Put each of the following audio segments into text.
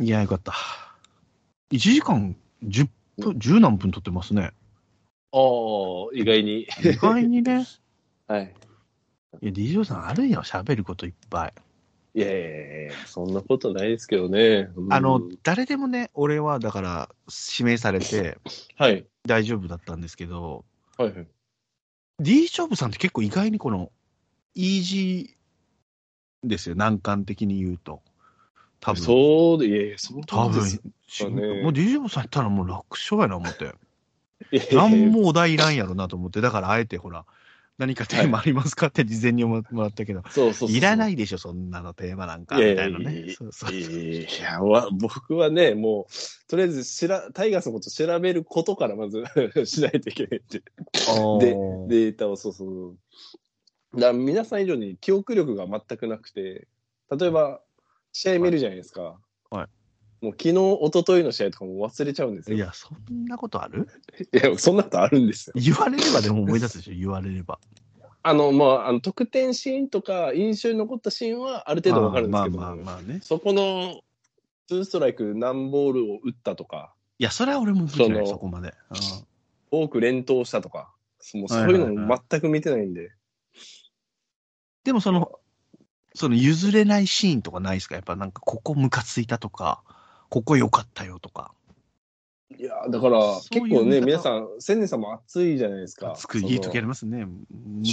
いや、よかった。1時間10分、十何分撮ってますね。ああ、意外に。意外にね。はい。いや、DJ さんあるよ、喋ることいっぱい。いやいやいやいやそんなことないですけどね。うんあの、誰でもね、俺はだから、指名されてはい。大丈夫だったんですけど、はいはい。 D ショーブさんって結構意外にこの、イージーですよ、難関的に言うと。多分。そうで、いやいや、その多分、ですしねもう DJ さん行ったらもう楽勝やな思って。いやいや何もお題いらんやろなと思って、だからあえてほら、何かテーマありますかって事前にもらったけど、そうそうそう。いらないいでしょ、そんなのテーマなんか、いやみいたやいないいややね。そうそういやいやいやわ僕はね、もう、とりあえずしら、タイガーさんのこと調べることからまずしないといけないって。でおーデータを、そうそう。だから皆さん以上に記憶力が全くなくて、例えば、試合見るじゃないですか。はもう昨日、一昨日の試合とかも忘れちゃうんですよ。いや、そんなことあるいや、そんなことあるんですよ。言われればでも思い出すでしょ、言われれば。あの、まあ、あの、得点シーンとか、印象に残ったシーンはある程度わかるんですけど、まあまあまあね。そこの、ツーストライク何ボールを打ったとか、いや、それは俺も見てなそい、のそこまで。うん多く連投したとか、もうそういうのも全く見てないんで。でもその、その譲れないシーンとかないですかやっぱなんか、ここムカついたとか、ここ良かったよとか。いやーだからそういう結構見ね方皆さん千年さんも熱いじゃないですか熱くそのいい時ありますね。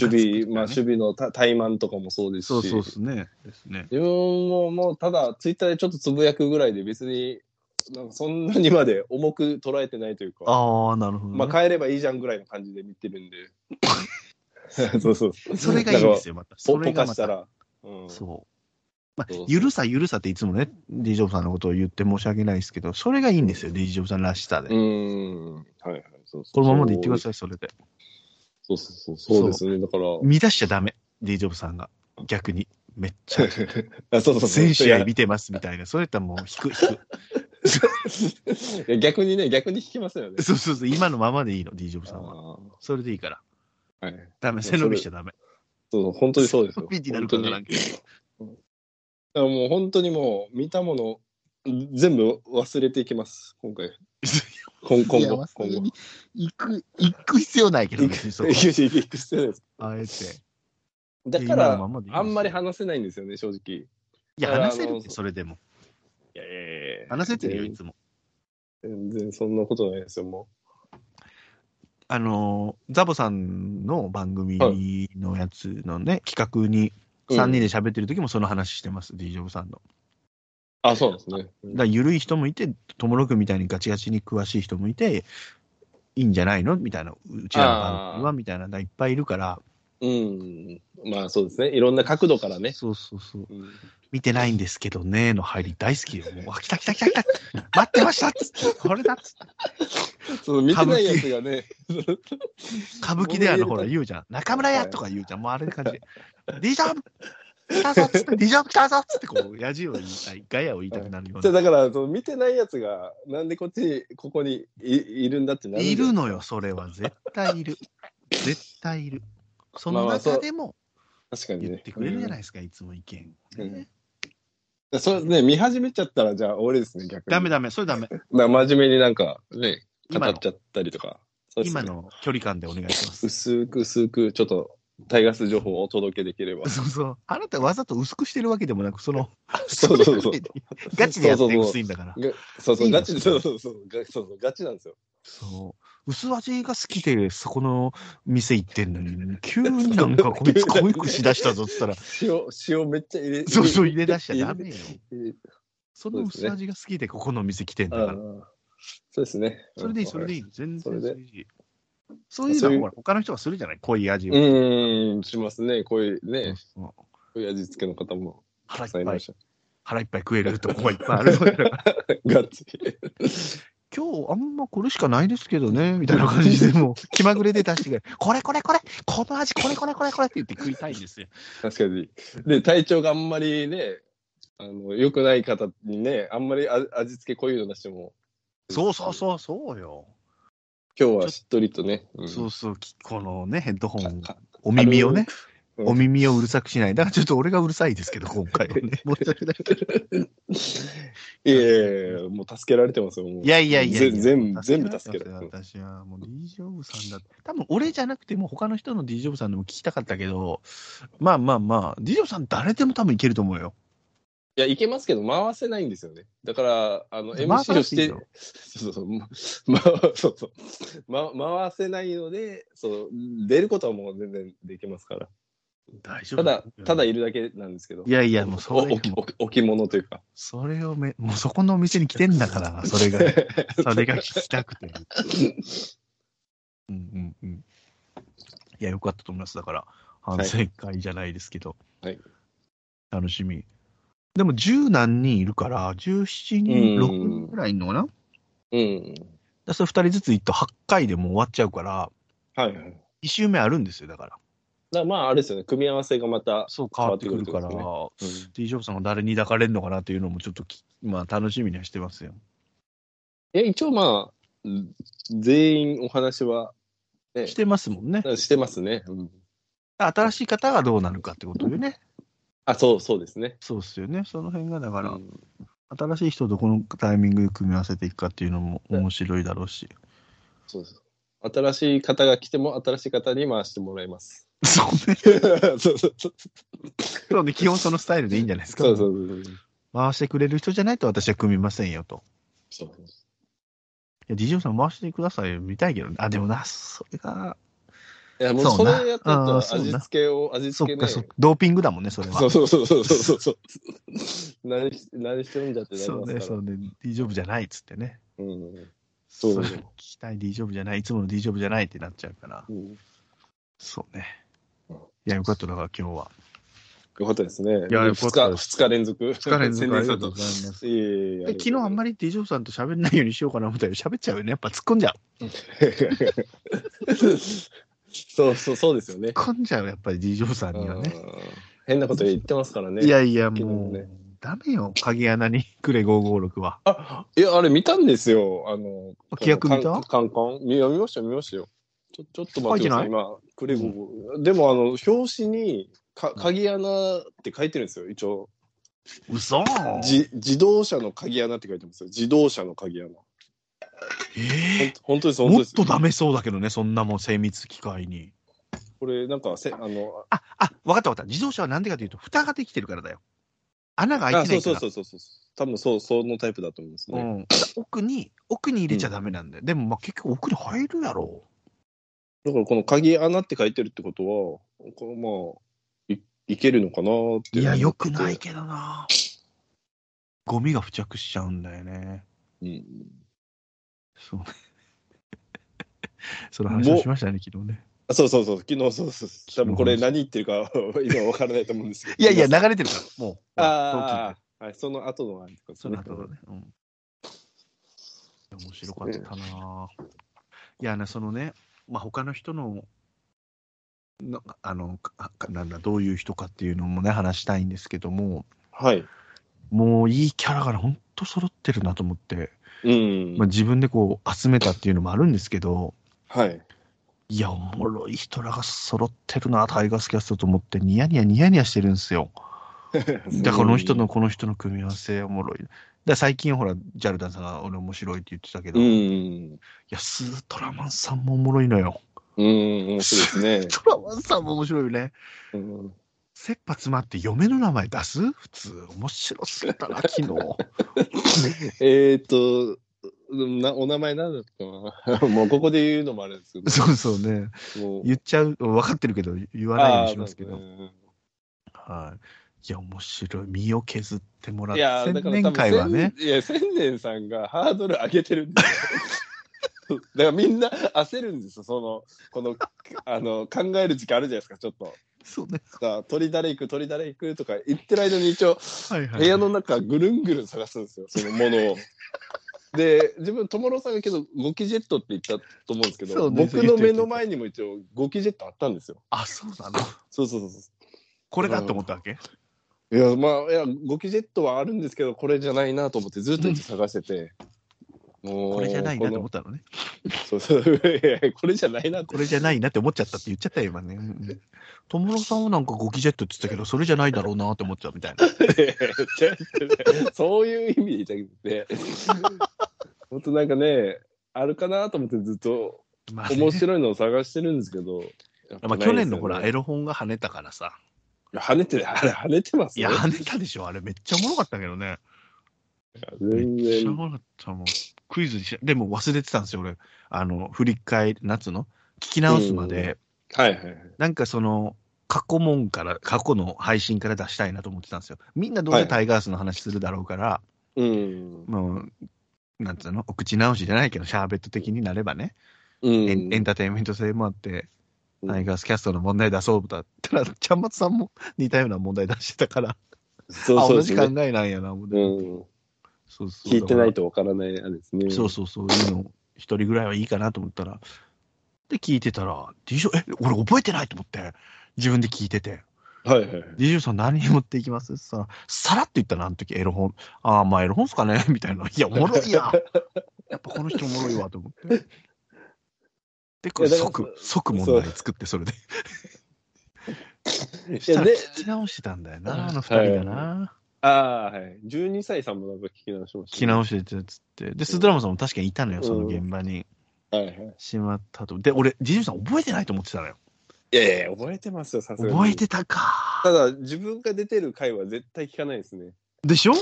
守備、まあムカつく時ね守備のた怠慢とかもそうですしそうそうですね。ですね。自分ももうただツイッターでちょっとつぶやくぐらいで別になんかそんなにまで重く捉えてないというかああ、なるほどね、まあ変えればいいじゃんぐらいの感じで見てるんでそうそうそれがいいんですよよ、また。そポれポがカましたた。ら、うん、そう。まあそうそ、うゆるさゆるさっていつもね、ディジョブさんのことを言って申し訳ないですけど、それがいいんですよ、ディジョブさんらしさで。うーんはいはいそうそうこのままでいってください、それで。そうそうそうそうですねだから乱しちゃダメ、ディジョブさんが。逆に。めっちゃ。あそうそうそう全試合見てますみたいな。それやったらもう引く、引 いや逆にね逆に引きますよねく。そうそうそう、今のままでいいの、ディジョブさんは。あそれでいいから。ーはいダメ、いや背伸びしちゃダメ。そう、本当にそうですよ。ピンチになるかわからん本けど。当にだからもう本当にもう見たもの全部忘れていきます、今回。今今いやま後あ、そ今れ後。に行く、行く必要ないけど、行別にそ こくは行く必要ないですあえて。だいやか今のらま、までいいですあんまり話せないんですよね、正直。いいや、だから話せるあっのて、それでも。やいやいや話せてるよ、い全つも。全然そんなことないですよ、もあのー、ザボさんの番組のやつのね、企画に、う。うん3人で喋ってる時もその話してます、D ジョブさんの。あ、そうなんですね。だから緩い人もいて、ともろくみたいにガチガチに詳しい人もいて、いいんじゃないのみたいな、うちらの番組はあーみたいな、いっぱいいるから、うん。まあそうですね。いろんな角度からね。そうそうそう、うん見てないんですけどね、の入り大好きよ。もう、あ、来た来た来た来た、待ってましたっつって、これだっつって。その見てないやつがね、歌舞伎であの、ほら、言うじゃん。中村屋とか言うじゃん。もうあれの感じ。D ジョブ来たぞっつっ て、D ジョブ来たぞっつって、こう、やじを言いたい、ガヤを言いたくなるようじゃあな。だから その見てないやつが、なんでこっちに、ここにいいるんだってなるんだよいるのよ、それは。絶対いる。絶対いる。そのまあまあそう中でも、確かにね。言ってくれるじゃないい、ですか、いつも意見。うんそうね、見始めちゃったら、じゃあ、俺ですね、逆に。ダメだ。ダメ、それダメ。真面目になんか、ね、語今っのちゃったりとか。そうですね今。の距離感でお願いし ます。。薄く薄く、ちょっと、タイガース情報をお届けできればそうそう。あなたわざと薄くしてるわけでもなく、その、そうそうそう。 ガチでやっそうてそうそう薄いんだから。がそうそう、いいのガチで、そうそうそう、がそうそうガチなんですよ。そう。薄味が好きで、そこの店行ってんの に、急になんかこいつ濃いくしだしたぞっつったら、塩、塩めっちゃ入れ、そうそう入れ出しちゃダメ よ。入れその薄味が好きでここの店来てんだあかあら。そうですね。それでいい、それでい。いい。全然そそれれででいい。そういうのはほら他の人がするじゃない濃い味を。うーん、しますね。こういうそうね、そうこういう味付けの方も腹たいっくさんいぱまいし、腹いっぱい食えるとこがいっぱいあるわけだ から。た。ガチ。今日あんまこれしかないですけどね、みたいな感じでも う、気まぐれで出してくれ。これこれこれこの味これこれこれこれって言って食いたいんですよ。確かに。で、体調があんまりね、あの、良くない方にね、あんまりあ味付け濃いの出しても、そうそうそう、そうよ。今日はしっとりとね、うんそうそう、きこのね、ヘッドホンか、お耳をね、うんお耳をうるさくしない。だからちょっと俺がうるさいです けど、今回はね。申し訳ないけどいやいやいやもう助けられてますよ。もういやいやいやいやぜ全部、全部助けられてます。私はもう D ジョブさんだって。多分俺じゃなくても他の人の D ジョブさんでも聞きたかったけど、まあまあまあ、D ジョブさん誰でも多分いけると思うよ。いや、いけますけど、回せないんですよね。だから、あの、回さ MC なくをしていいて、よそうそう、ま、ま、そうそう、ま、回せないので、そう、出ることはもう全然できますから。大丈ただ、ただいいるだけなんですけど。やいや、もうそおれおき、おき置物というか。それをめ、もうそこのお店に来てんだ から、それが、それが聞きたくて。 うんうんうん。いや、よかったと思います。だから、反省会じゃないですけど。はい楽しみ。でも、十何人いるから、17人、うん6人ぐらいいんのかなうん。だそれ2人ずつ行っと8回でもう終わっちゃうから、はいはい。だか1周目あるんですよ、だから。らまあ、あれですよね。組み合わせがまた、そう変わってくるから、変わ T ショーさんが誰に抱かれるのかなっていうのもちょっとき、まあ、楽しみにはしてますよ。え、一応まあ、全員お話はええしてますもんね。してますね。うん新しい方がどうなるかってことよね。あ、そうそうですね。そうですよね。その辺が、だから、うん新しい人とこのタイミングで組み合わせていくかっていうのも面白いだろうし。そうそう。新しい方が来ても、新しい方に回してもらいます。そうね。そうそうそう。そうそうね。基本そのスタイルでいいんじゃないですか。そうそう回してくれる人じゃないと私は組みませんよと。そう。いや、DJ さん回してくださいよ。見たいけどね。あ、でもな、それが、いや、もうそそうれなやってるあとーそうな味付けを、味そ付けっか、。ねそっか、ドーピングだもんね、それは。そうそうそうそうそうそう。何し何してるんだってなりそまうすかね、ら。そうね、D ジョブじゃないっつってね。うんそうねれ聞きたい D ジョブじゃない、いつもの D ジョブじゃないってなっちゃうから。うんそうねうん。いや、よかった、だから今日は。よかったですね。いやよかった2日、二日連続。疲れずあ宣伝りすがるとうとございます。いえいえいえ。昨日あんまり。り D ジョブさんと喋んないようにしようかな思ったけど、喋っちゃうよね。やっぱ突っ込んじゃう。 そうそう、そうですよね。突っ込んじゃう、やっぱり D ジョブさんにはね。うん変なこと言ってますからね。いやいや、昨日もうね、ダメよ、鍵穴にくれ556は。あ、いや、あれ見たんですよ。あの、あ規約見たカンカンカン見見ましたよ、見ましたよ。ちょ、ちょっと待ってくだ書いさい。て今、クレゴゴ。でも、あの、表紙に、か、鍵穴って書いてるんですよ、一応。嘘じ、自動車の鍵穴って書いてますよ。自動車の鍵穴。ほんえ本当です、ー本当もでっす。とダメそうだけどね、そんなもん精密機械に。これ、なんか、せ、あの、あ、あ、わかったわかった。自動車はなんでかというと、蓋ができてるからだよ。穴が開いあ、てなそいうかそうら。そうそうそう。多分、そう、そのタイプだと思いますね。うん、奥に、奥に入れちゃダメなんだよ。でも、まあ、結局奥に入るやろだから、この鍵穴って書いてるってことは、こうまあ、い、いけるのかなーってう。う。いや、良くないけどな。ゴミが付着しちゃうんだよね。うん。 そうね。その話をしましたね、昨日ね。あそうそうそう、昨日そうそうそう。多分これ何言ってるか 今わからないと思うんですけど。いやいや、、流れてるから、もう。ああ、はい、その後のあれとかその後のね。うん。面白かったな。いや、なそのね、まあ、他の人の、のあのかかなんだ、どういう人かっていうのもね、話したいんですけども、はい。もういいキャラが本当揃ってるなと思って、うん。まあ、自分でこう集めたっていうのもあるんですけど、はい。 いや、おもろい人らが揃ってるな、タイガースキャストと思って、ニヤニヤニヤニヤしてるんですよ。だからこの人のこの人の組み合わせおもろい。だから最近ほら、ジャルダンさんが俺面白いって言ってたけど、ういん。や、スートラマンさんもおもろいの よ。うん、面白いですね。スートラマンさんも面白いよね。うん切羽詰まって嫁の名前出す普通、面白すぎたな、 昨日。えーっと、なお名前なんだったかな もうここで言うのもあれですけど。そうそうね。もう言っちゃう、分かってるけど、言わないようにしますけあどー。なんかはい。いや、面白い。身を削ってもらねっいや、て、だ千から多年分会はね。千いや、千年さんがハードル上げてるんですよ だからみんな焦るんですよ、その、この、あの、考える時間あるじゃないですか、ちょっと。そうね。さあ、鳥誰行く、鳥誰行くとか言ってる間に一応、はいはい。部屋の中ぐるんぐるん探すんですよ、そのものを。で、自分、友郎さんがけど、ゴキジェットって言ったと思うんですけそど、うね僕の目の前にも一応、ゴキジェットあったんですよ。あ、そうなの。そうそうそうそこれだと思ったわけう。いや、まあ、いや、ゴキジェットはあるんですけど、これじゃないなと思って、ずっと一応探してて、ここれじゃないなと思ったのね。そうそういやいやこれじゃないなって これじゃないなって思っちゃったって言っちゃったよ、今ね。うん友野さんはなんかゴキジェットって言ってたけど、それじゃないだろうなって思っちゃうみたいな。そういう意味で言いたくて本当なんかねあるかなと思ってずっと まあね面白いのを探してるんですけど、やっぱまなあ、去いですよね年のほら、エロ本が跳ねたからさ。いや跳ねてるあれ跳ねてますいねや、跳ねたでしょ。あれめっちゃおもろかったけどね。全めっちゃお然もろかったもん。クイズにしでも忘れてたんですよ、俺。あの、振り返り、夏の聞き直すまで、はいはいはいなんかその、過去問から、過去の配信から出したいなと思ってたんですよ。みんなどうせタイガースの話するだろうから、うんもう、なんつうの、お口直しじゃないけど、シャーベット的になればね、うんエンエンターテインメント性もあって、うんタイガースキャストの問題出そうだったら、ちゃんまつさんも似たような問題出してたから、そうあそ同うですじね考えなんやな、思ってうんそうそう聞いてないとわからないあれですねそうそうそういうの、一人ぐらいはいいかなと思ったら、で、聞いてたら、DJ、え、俺覚えてないと思って、自分で聞いてて、はいはいはい DJ さん何持っていきますって言ったら、さらって言ったな、あの時、エロ本。ああ、まあエロ本っすかね みたいな。いや、おもろいや。やっぱこの人おもろいわ、と思って。で、これいやだか即ら、即問題作って、それで。いしたやらで聞き直してたんだよな、あの二人がな。ああーはい12歳さんもなんか聞き直しました聞きね、直してて、つって。で、スズラムさんも確かにいたのよ、その現場に。はいはいしまったと。で、俺、DJ さん覚えてないと思ってたのよ。いやいや覚えてますよさすがに覚えてたか。ただ自分が出てる回は絶対聞かないですねでしょ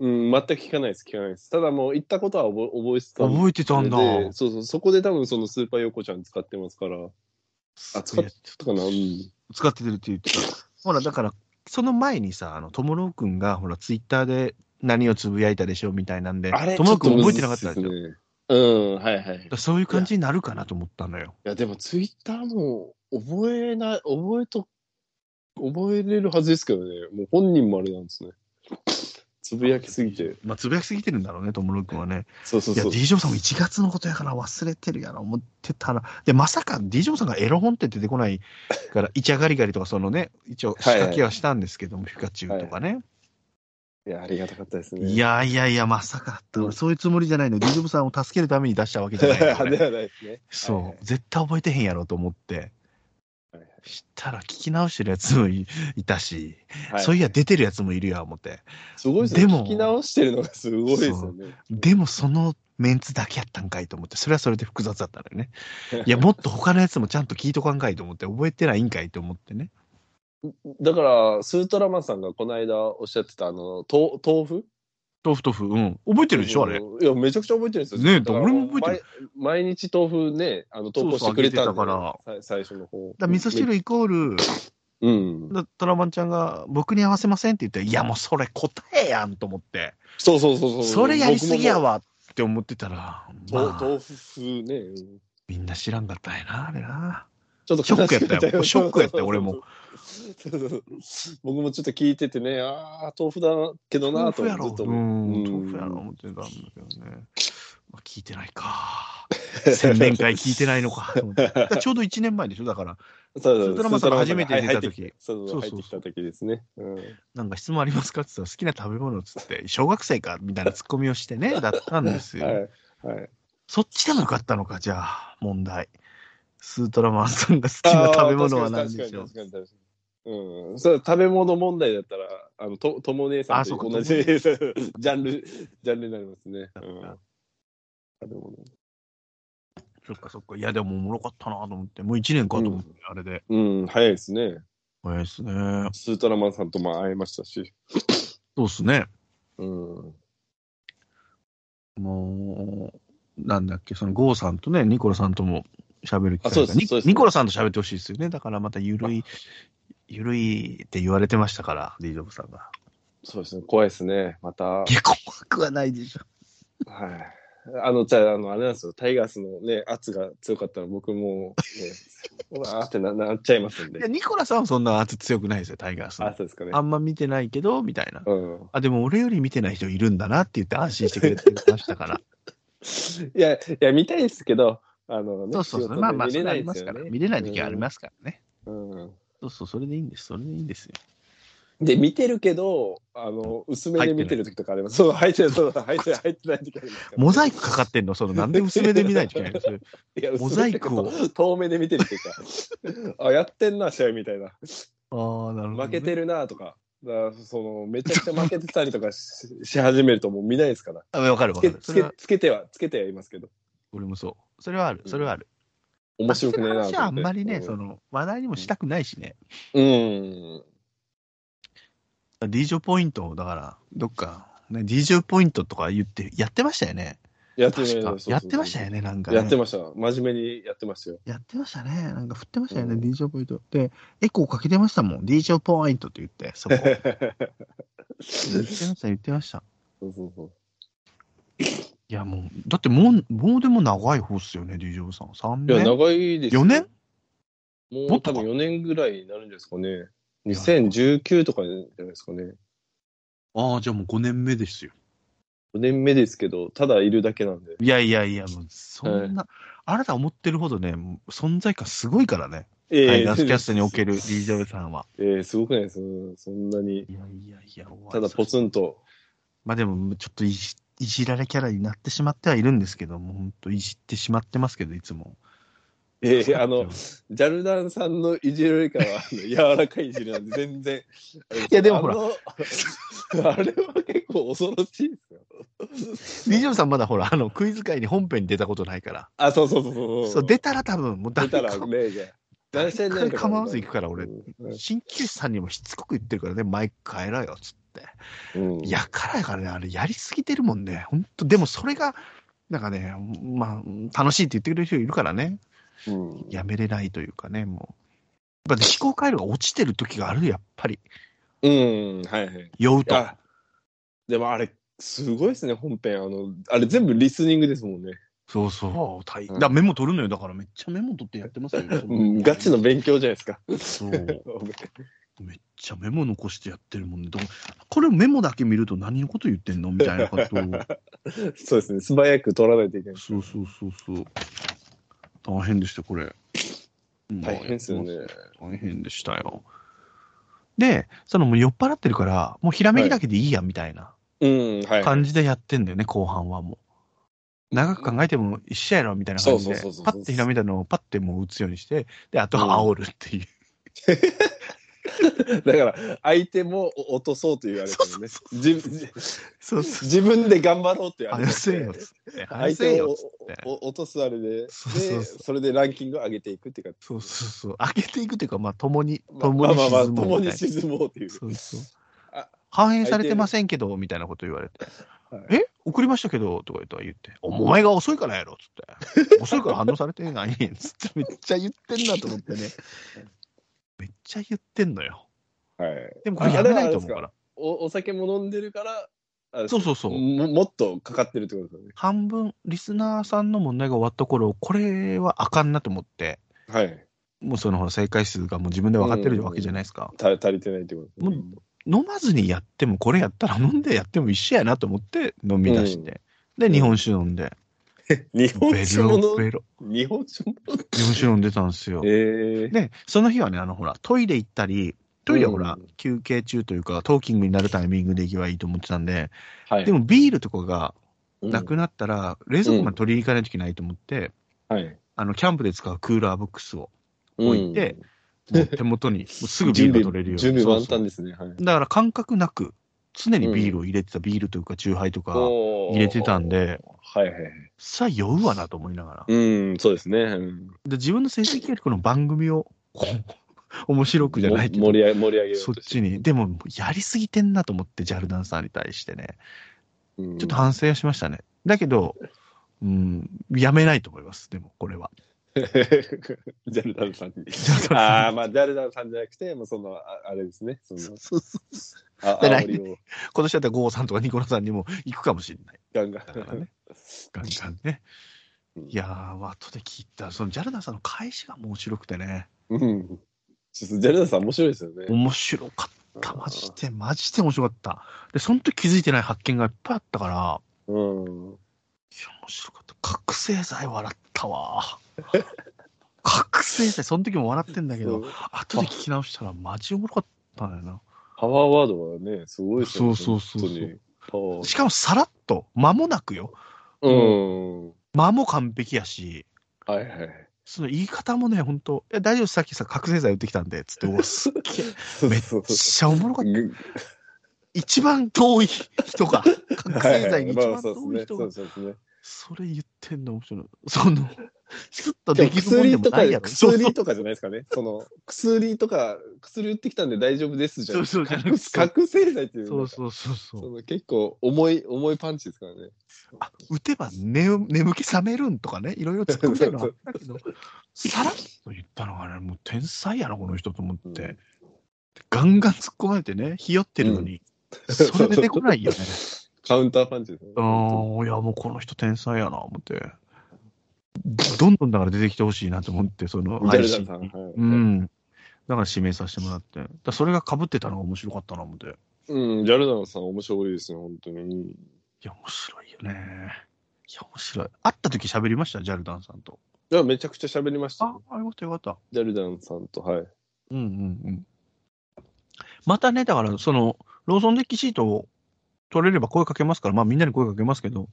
うん全く聞かないです聞かないですただもう行ったことは覚え覚えてたんで覚えてたんだ。でそうそうそこで多分そのスーパー横ちゃん使ってますからあ使いっやとかなうん使ってるって言ってた。ほら、だから、その前にさ、あの、ともろうくんが、ほら、ツイッターで何をつぶやいたでしょうみたいなんで、ともろうくん覚えてなかったでしょ。だかちょっとむずいっすねうんはいはいいらそういう感じになるかなと思ったのよ。やでもツイッターも覚えない覚えと覚えれるはずですけどねもう本人もあれなんですねつぶやきすぎてまあ、つぶやきすぎてるんだろうね、ともろうくんはね。そうそういや、そう D ジョーさんも1月のことやから忘れてるやろ、思ってたら。で、まさか D ジョーさんがエロ本って出てこないから、 イチャガリガリとか、そのね、一応仕掛けはしたんですけども、ピカチュウとかね。いやありがたかったですね いやいやいや、まさかだ、うんそういうつもりじゃないの。ディジョブさんを助けるために出したわけじゃないのこでれ。は ないですねそう、はいはい絶対覚えてへんやろと思ってはいはい。したら聞き直してるやつもいいたし、はそういや出てるやつもいるよ、思って。すごいですね。でも聞き直してるのがすごいですよね。でもそのメンツだけやったんかいと思って、それはそれで複雑だったのよね。いや、もっと他のやつもちゃんと聞いとかんかいと思って、覚えてないんかいと思ってね。だから、スートラマンさんがこの間おっしゃってた、あの、と豆腐豆腐豆腐、うん。覚えてるでしょ、あれ。いや、めちゃくちゃ覚えてるんですよ。ねえだから俺も覚えてもう毎毎日豆腐ね、あの、投稿してくれたんでそうそうあさ最初の方。だから味噌汁イコール、うん。だトラマンちゃんが僕に合わせませんって言ったら、いや、もうそれ答えやんと思って。そうそうそうそう。それやりすぎやわって思ってたら、僕も。まとあ、豆腐風ね。うんみんな知らんかったんやな、あれな。ちょっとショックやったよ悲しかショックやったよ俺も。そうそうそう僕もちょっと聞いててね、ああ、豆腐だけどな豆ぁと腐やろずっ、とう思ん、う豆腐やろ思ってたんだけどね。まあ、聞いてないか。宣伝会聞いてないの か。だからちょうど1年前でしょ、だから、そうそうウルトラマンさんが初めて出た時はい入ってきそうそう、そう入っそうてきた時ですね。うんなんか質問ありますかって言ったら、好きな食べ物っつって、小学生かみたいなツッコミをしてね、だったんですよ。はい。はい。そっちでもよかったのか、じゃあ、問題。スートラマンさんが好きな食べ物は何でしょう確かに確かに確かに確かにうん、それは食べ物問題だったら、あのととも姉さんあそとうか同じ ジャンル、ジャンルになりますね。うそっかん、食べ物。そっかそっか。いや、でもおもろかったなと思って、もう1年かと思って、あれで。うん、早いですね。早いですね。スートラマンさんとも会えましたし。そうですね。うん。もう、なんだっけ、そのゴーさんとね、ニコラさんとも喋る機あそう会がですニそうですニコラさんと喋ってほしいですよね。だからまたゆるい、ゆるいって言われてましたから、ディジョブさんが。そうですね、怖いですね。また、はいい。や、怖くはないでしょ。あの、じゃあ、あの、あれなんですよ、タイガースのね、圧が強かったら僕もう、ね、う わーってななっちゃいますんでいや、。ニコラさんはそんな圧強くないですよ、タイガースのあ、そうですかねあ。んま見てないけど、みたいな。うん。あ、でも俺より見てない人いるんだなって言って安心してくれてましたから。いや、いや、見たいですけど、あの、ねそうそうそう。仕事でまあまあ、見それれはあなりいでますすよから。ね。見れない時はありますからね。うん。そうそう、それでいいんです。それでいいんですよ。で、見てるけど、あの、薄めで見てる時とかあります。そう、入ってない、そう、入ってない、入ってない時ありますからモザイクかかってんのその、なんで薄めで見ないといけないの それいやモザイクを。遠目で見てるっていうか、あ、やってんな、試合みたいな。ああ、なるほどね、負けてるなとか、だからそのめちゃくちゃ負けてたりとかしし始めるともう見ないですから。あ、わかるわかつける。そつれけは、つけては、つけてはいますけど、俺もそう。それはある、それはある。面白くねえなあっちの話はあんまりね、とそ思っての、話題にもしたくないしね。うん。 D ジョポイントを、だから、どっか、ね、D ジョポイントとか言って、やってましたよね。やってまし確か。た。やってましたよよね、なんか、ね。やってました。真面目にやってました よ。やってましたね。なんか振ってましたよね、うん DJ ポイント。で、エコーかけてましたもん、DJ ポイントって言って、そ こ。言ってました、言ってました。そうそうそう。いや、もう、だってもう、もうでも長い方っすよね、DJ さん。3いや、年。長いですよ四年ももっうと多か分4年ぐらいになるんですかね。2019とかじゃないですかね。ああ、じゃあもう5年目ですよ。 5年目ですけど、ただいるだけなんで。いやいやいや、もう、そんな、あなた思ってるほどね、もう存在感すごいからね、えタイガースキャストにおける。 る DJ さんは。えーすごくないですうんそんないに。やいやいや、お会いただポツンと。まあでも、ちょっといじいじられキャラになってしまってはいるんですけど、もう本当いじってしまってますけど、いつも。えーあの、ジャルダンさんのいじるよりかは、 あの柔らかいいじりなんで、全然。いやでもほらあの。あれは結構恐ろしいですよ。リジョンさんまだほら、あの、クイズ会に本編に出たことないから。あ、そうそうそうそう。そう、出たら多分、もう出誰たからも、ね、じゃあ男性にな誰るかから構わず行くから、俺う。ん鍼灸師さんにもしつこく言ってるからね、マイク変えろよ、つって。うんいやからやからね、あれやりすぎてるもんね。ほんと、でもそれが、なんかね、まあ、楽しいって言ってくれる人いるからね、うんやめれないというかね、もう。やっぱね思考回路が落ちてる時がある、やっぱり。うん、はいはい。酔うと。あでもあれ、すごいですね、本編。あの、あれ全部リスニングですもんね。そうそう。大うんだからメモ取るのよ。だからめっちゃメモ取ってやってますよ、 ね。うん、ガチの勉強じゃないですか。そう。めっちゃメモ残してやってるもんね。どうこれメモだけ見ると何のこと言ってんのみたいな ことを。 そうですね、素早く取らないといけない。そうそうそうそう。大変でした、これ。大変ですよね。大変でしたよ。で、そのもう酔っ払ってるから、もうひらめきだけでいいや、みたいなうん、はい。感じでやってんだよね、後半はもう。長く考えても一緒やろ、みたいな感じでそうそうそ、うパそうそうッてひらめいたのをパッてもう打つようにして、で、あとは煽るっていう。 だから、相手も落とそうというあれですよね。自分そうそう。自分で頑張ろうっていうああれれですせよえよ、ねつって。あれ相せえ手よ、をつって。お落とすあれで、でそうそうそうそれでランキングを上げていくっていうか、そうそうそう。上げていくというか、まあ、共に、まあ共まあにまあまあ、沈も共うみにたいな。沈もうっていう。そうそうあ。反映されてませんけど、みたいなこと言われて。はいえ送りましたけど、とか言ったら言って。お前が遅いからやろ、つって。 遅いから反応されてないねん、つって。めっちゃ言ってんなと思ってね。めっちゃ言ってんのよ。はい、でもこれやめないと思うから。おお酒も飲んでるから、あそうそうそう。ももっとかかってるってことですよね。半分、リスナーさんの問題が終わった頃、これはあかんなと思って、はい。もうそのほら正解数がもう自分で分かってるわけじゃないですか。た足りてないってことですね。飲まずにやってもこれやったら飲んでやっても一緒やなと思って飲み出して、で日本酒飲んで、日本ベ酒ロもの、ベロ日本酒もの。日本酒飲んでたんですよえでその日はねあのほらトイレ行ったりトイレはほら、うん休憩中というかトーキングになるタイミングで行けばいいと思ってたんで、ー、はい。でも、もビールとかがなくなったら、冷蔵庫まで取りに行かないといけないと思って、はい。あのキャンプで使うクーラーボックスを置いて、もう手元 にもうすうぐん、ビー準ルが取れ備るように準備万端そうですね。はいそ。うだから感覚なく常にビールを入れてた、ビールというかチューハイとか、入入れてたん。で、はいはいはい。さあ酔うわなと思いながら。うん、そうですね。うんで、自分の成績よりこの番組を、こう、面白くじゃないけど、も盛り上げ盛り上げよそうっとしてちに。でも、やりすぎてんなと思って、ジャルダンさんに対してね。うんちょっと反省はしましたね。だけど、うん、やめないと思います、でも、これは。 ジャルダンさんに。ああ、まあ、ジャルダンさんじゃなくて、もうその、ああれですね。その、そうそうあで煽りを今年だったらゴーさんとかニコラさんにも行くかもしれない。ガンガだからン。ね。ガンガンね。うんいやー、後で聞いた、そのジャルダンさんの返しが面白くてね。うん。ちょっとジャルダンさん面白いですよね。面白かった、マジで、マジで面白かった。で、その時気づいてない発見がいっぱいあったから、いや、うん。面白かった。覚醒剤笑ったわ。覚醒剤、その時も笑ってんだけど、そう後で聞き直したらマジおもろかったんだよな。パワーワードはね、すごいですよね。そうそうそうそう本当にしかもさらっと、間もなくよ。パワー。うん。間も完璧やし、はいはい。その言い方もね、本当いや大丈夫です、さっきさ、覚醒剤打ってきたんで、つって、おすっげ え、めっちゃおもろかった。ぐ一番遠い人が、覚はい醒は剤いに一まあ番そう遠いです人ね。そがう、ですね。それ言ってんの面白いな。その、すっとででもきるもんで薬もとかないや、ろ。そうそう薬とかじゃないですかね。その、薬とか、薬打ってきたんで大丈夫ですじゃそんう。そうじゃなくて覚覚醒剤っていうそううそうそうそう。の結構重い重いパンチですからね。あ打てば寝眠気覚めるんとかね、いろいろ突っ込みたいのあった けど、さらっと言ったのがね、もう天才やな、この人と思って、うんガンガン突っ込まれてね、ひよってるのに、それ出てこないよね。カウンターパンチですね。あーいや、もうこの人天才やな、思って。どんどんだから出てきてほしいなと思って、そのジャルジャル IC さん。に。。はいうん。だから指名させてもらって。だからそれが被ってたのが面白かったな、思って。いうん、ジャルダンさん面白いですね、本当に。や、面白いよね。いや、面白い。会った時喋りました、ジャルダンさんと。いや、めちゃくちゃ喋りましたあよ。、ありました、よかった。ジャルダンさんと、はい。うんうんうん。またね、だから、その、ローソンデッキシートを取れれば声かけますから、まあみんなに声かけますけど、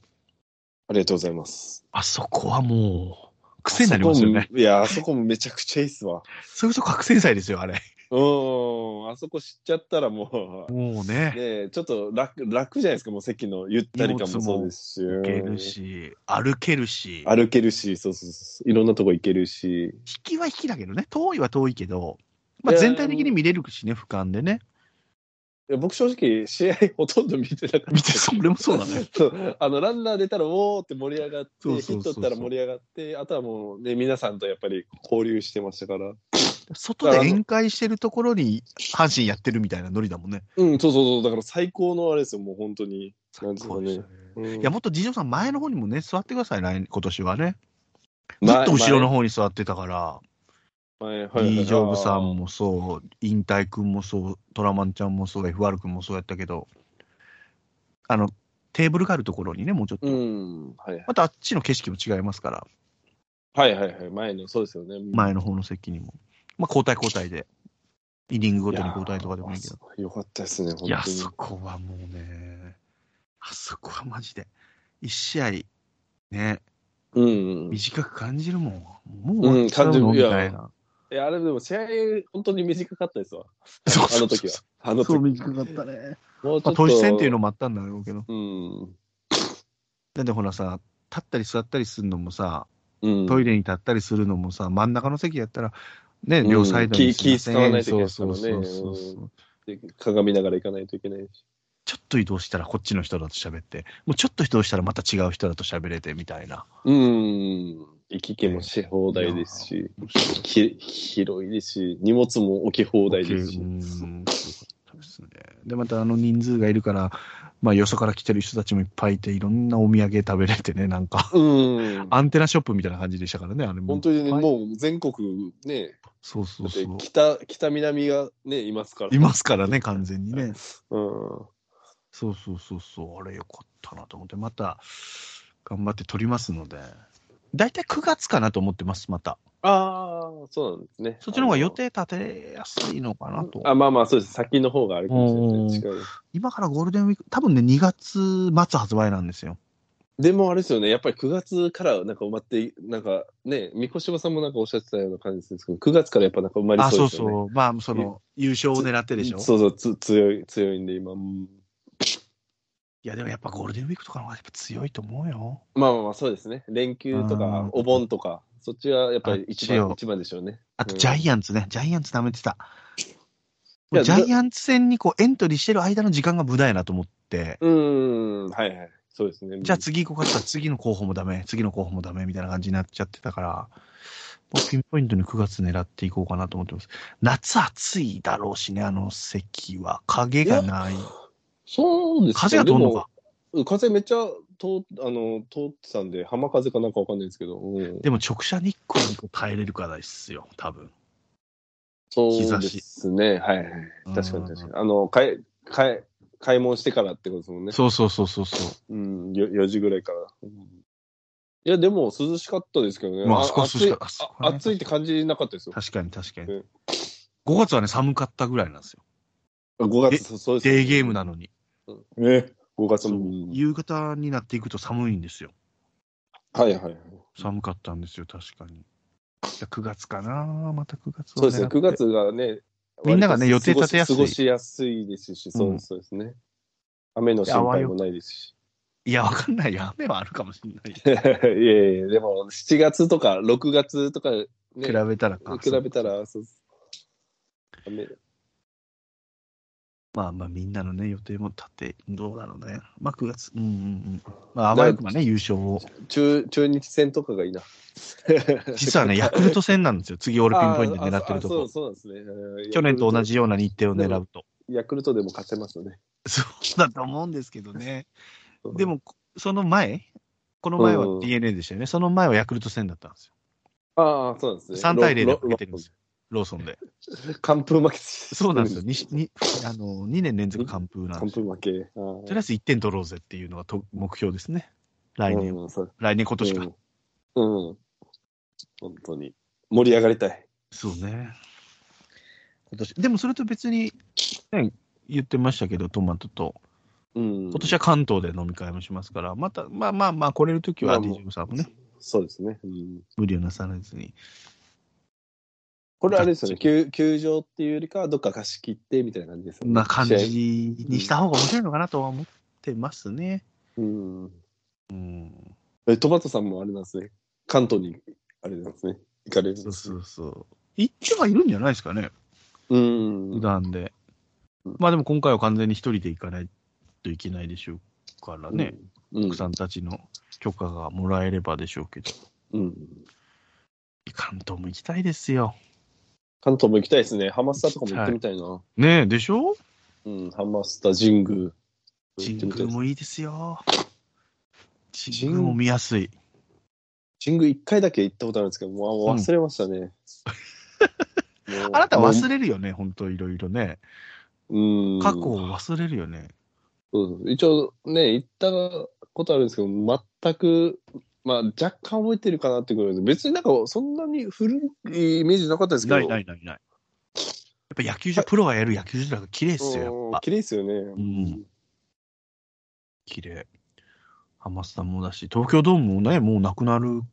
ありがとうございます。あそこはもう、癖になりますよね。あそこもいや、あそこもめちゃくちゃいいっすわ。それこそ覚醒剤ですよ、あれ。うん、あそこ知っちゃったらもう、もうねね、えちょっと楽楽じゃないですか、もう席のゆったり感もそうですし。行けるし、歩けるし、歩けるし、そうそうそう。いろんなとこ行けるし。引きは引きだけどね、遠いは遠いけど、まあいや全体的に見れるしね、俯瞰でね。いや僕正直、試合 ほとんど見てなかった。見て、それもそうだね。 そうあのランナー出たら、おーって盛り上がって、そうそうそうそうヒット打ったら盛り上がって、あとはもうね、皆さんとやっぱり交流してましたから。 外で宴会してるところに阪神やってるみたいなノリだもんね。うん、そうそうそう、だから最高のあれですよ、もう本当に。なんですかそうですねよ。ねうんいや、もっと次女さん、前の方にもね、座ってください、来年今年はね。ず前っと後ろの方に座ってたから、前はいはいイージョブさんもそう、インタイ君もそう、トラマンちゃんもそう、FR 君もそうやったけど、あの、テーブルがあるところにね、もうちょっと。うん、はいまたあっちの景色も違いますから、はいはいはい、前の、そうですよね。前の方の席にも。まあ、交代交代で、イニングごとに交代とかでもいいけど。ど。よかったですね、本当いに。や、そこはもうね、あそこはマジで、一試合、ね、うんうん。い短く感じるもん。もう終わっちゃうのうん感じるみたいな。や、あれでも試合、本当に短かったですわ。そうあそのうそう時は。あの時。短かったね。もうちまょあ、っと。投手戦っていうのもあったんだろうけど。うん。だってほらさ、立ったり座ったりするのもさ、うん。トイレに立ったりするのもさ、真ん中の席やったら、ね、うん両サイドに気気使わないといけそなういそですからうねそうそうそう。で鏡ながら行かないといけないし。ちょっと移動したらこっちの人だと喋って、もうちょっと移動したらまた違う人だと喋れてみたいな。うん。行き来もし放題ですし、ひ広いですし、荷物も置き放題ですし。うんですねで、またあの人数がいるから、まあ、よそから来てる人たちもいっぱいいて、いろんなお土産食べれてね、なんか、うん。アンテナショップみたいな感じでしたからね、あれも本当にね、はいもう全国ね、そうそうだってそう。北、北南がね、いますから。いますからね、完全にね。うん。そうそうそうそう、あれよかったなと思って、また頑張って撮りますので、大体9月かなと思ってます、また。ああ、そうなんですね。そっちの方が予定立てやすいのかなとあ。のあ、まあまあ、そうです。先の方があれかもしれないですね。近い今からゴールデンウィーク、多分ね、2月末発売なんですよ。でもあれですよね、やっぱり9月からなんか埋まって、なんかね、三越島さんもなんかおっしゃってたような感じですけど、9月からやっぱなんか埋まりあ、そそううですよね。そう。まあ、その、優勝を狙ってでしょ。そうそうつ強い、強いんで今。うんいや、でもやっぱゴールデンウィークとかの方がやっぱ強いと思うよ。まあまあまあ、そうですね。連休とうかん、お盆とか、そっちはやっぱりあ一っち番を一番でしょうね。あと、うんジャイアンツね。ジャイアンツ舐めてた。いやジャイアンツ戦にこうエントリーしてる間の時間が無駄やなと思って。うーん、はいはい。そうですね。じゃあ次行こうかって言ったら次の候補もダメ、次の候補もダメみたいな感じになっちゃってたから、もうピンポイントに9月狙っていこうかなと思ってます。夏暑いだろうしね、あの席は。影がない。そうですね風が通んのか。でも風めっちゃ通あの通ってたんで、浜風かなんかわかんないですけど、うん、でも直射日光にこう耐えれるからですよ、多分。そうですね、はいはい。確かに確かに。あの、買い、買い、買い物してからってことですもんね。そうそうそうそうそう。うん、よ4時ぐらいから。うんいや、でも涼しかったですけどね。まあああそこは涼暑しいかあったあそこはね暑いって感じなかったですよ。確かに確かうにん。 5月はね、寒かったぐらいなんですよ。あ5月、そそうですデーゲームなのに。ね。5月そうも。うん夕方になっていくと寒いんですよ。はいはいはい。寒かったんですよ、確かに。9月かな、また9月をそうです狙ね、って9月がね、みんながね割と予定立てやすい過ごし過ごしやすいですし、そううんそうですね。雨の心配もないですし。いや、わかんないよ。雨はあるかもしれない。 いやいやでも、7月とか6月とか、ね、比べたらか。比べたら、そう雨まあまあ、みんなのね、予定も立って、どうなのね。まあ、9月。うんうんうん。まあ、あわよくばね、優勝を。中中日戦とかがいいな。実はね、ヤクルト戦なんですよ。次、俺ピンポイントで狙ってるとあああこ。そうそうなんですね。去年と同じ。じような日程を狙うと。ヤクルトでも勝てますよね。そうだと思うんですけどね。でも、こその前、この前うはん DNA でしたよね。その前はヤクルト戦だったんですよ。ああ、そうなんですね。 3対0でロ負けてるんですよ。ローソンで。ロ完封負け。そうなんですよ。よ。ににあの2年連続完封なん完ですよ。封負け。あとりあえず1点取ろうぜっていうのがと目標ですね。あ来年は、うんそう来年今年か。うん。うん本当に。盛り上がりたい。そうね。今年。でもそれと別に、ね、言ってましたけど、トマトと。うん。今年は関東で飲み会もしますから、また、まあまあまあ、来れるときはまあもう DJ さんもね、そうですね。うん無理をなさらずに。これあれですよね。球球場っていうよりかは、どっか貸し切ってみたいな感じですよそね。んな感じ試合。にした方が面白いのかなとは思ってますね。うん。うん。え、トマトさんもあれなんですね。関東に、あれなんですね。行かれるんですそねうそうそう。行ってはいるんじゃないですかね。うん。普段でうん。まあでも今回は完全に一人で行かないといけないでしょうからね、うん。奥さんたちの許可がもらえればでしょうけど、うん。関東も行きたいですよ。関東も行きたいですね。ハマスタとかも行ってみたいな。ねえ、でしょうん。ハマスタ、神宮。神行ってみたい宮ですもいいですよ。神宮宮も見やすい。神宮一回だけ行ったことあるんですけど、もうあ忘れ ましたね。もうあなた忘もれるよね、本当いろいろね。ううん。過去を忘れるよね。うん一応ね、行ったことあるんですけど、全く、まあ若干覚えてるかなってくらいで、別になんかそんなに古いイメージなかったですけど。ないないないない。やっぱ野球場、プロがやる野球場だから綺麗ですよ、うんやっぱ。綺麗ですよね。うん綺麗。ハマスタもだし、東京ドームもね、もうなくなるん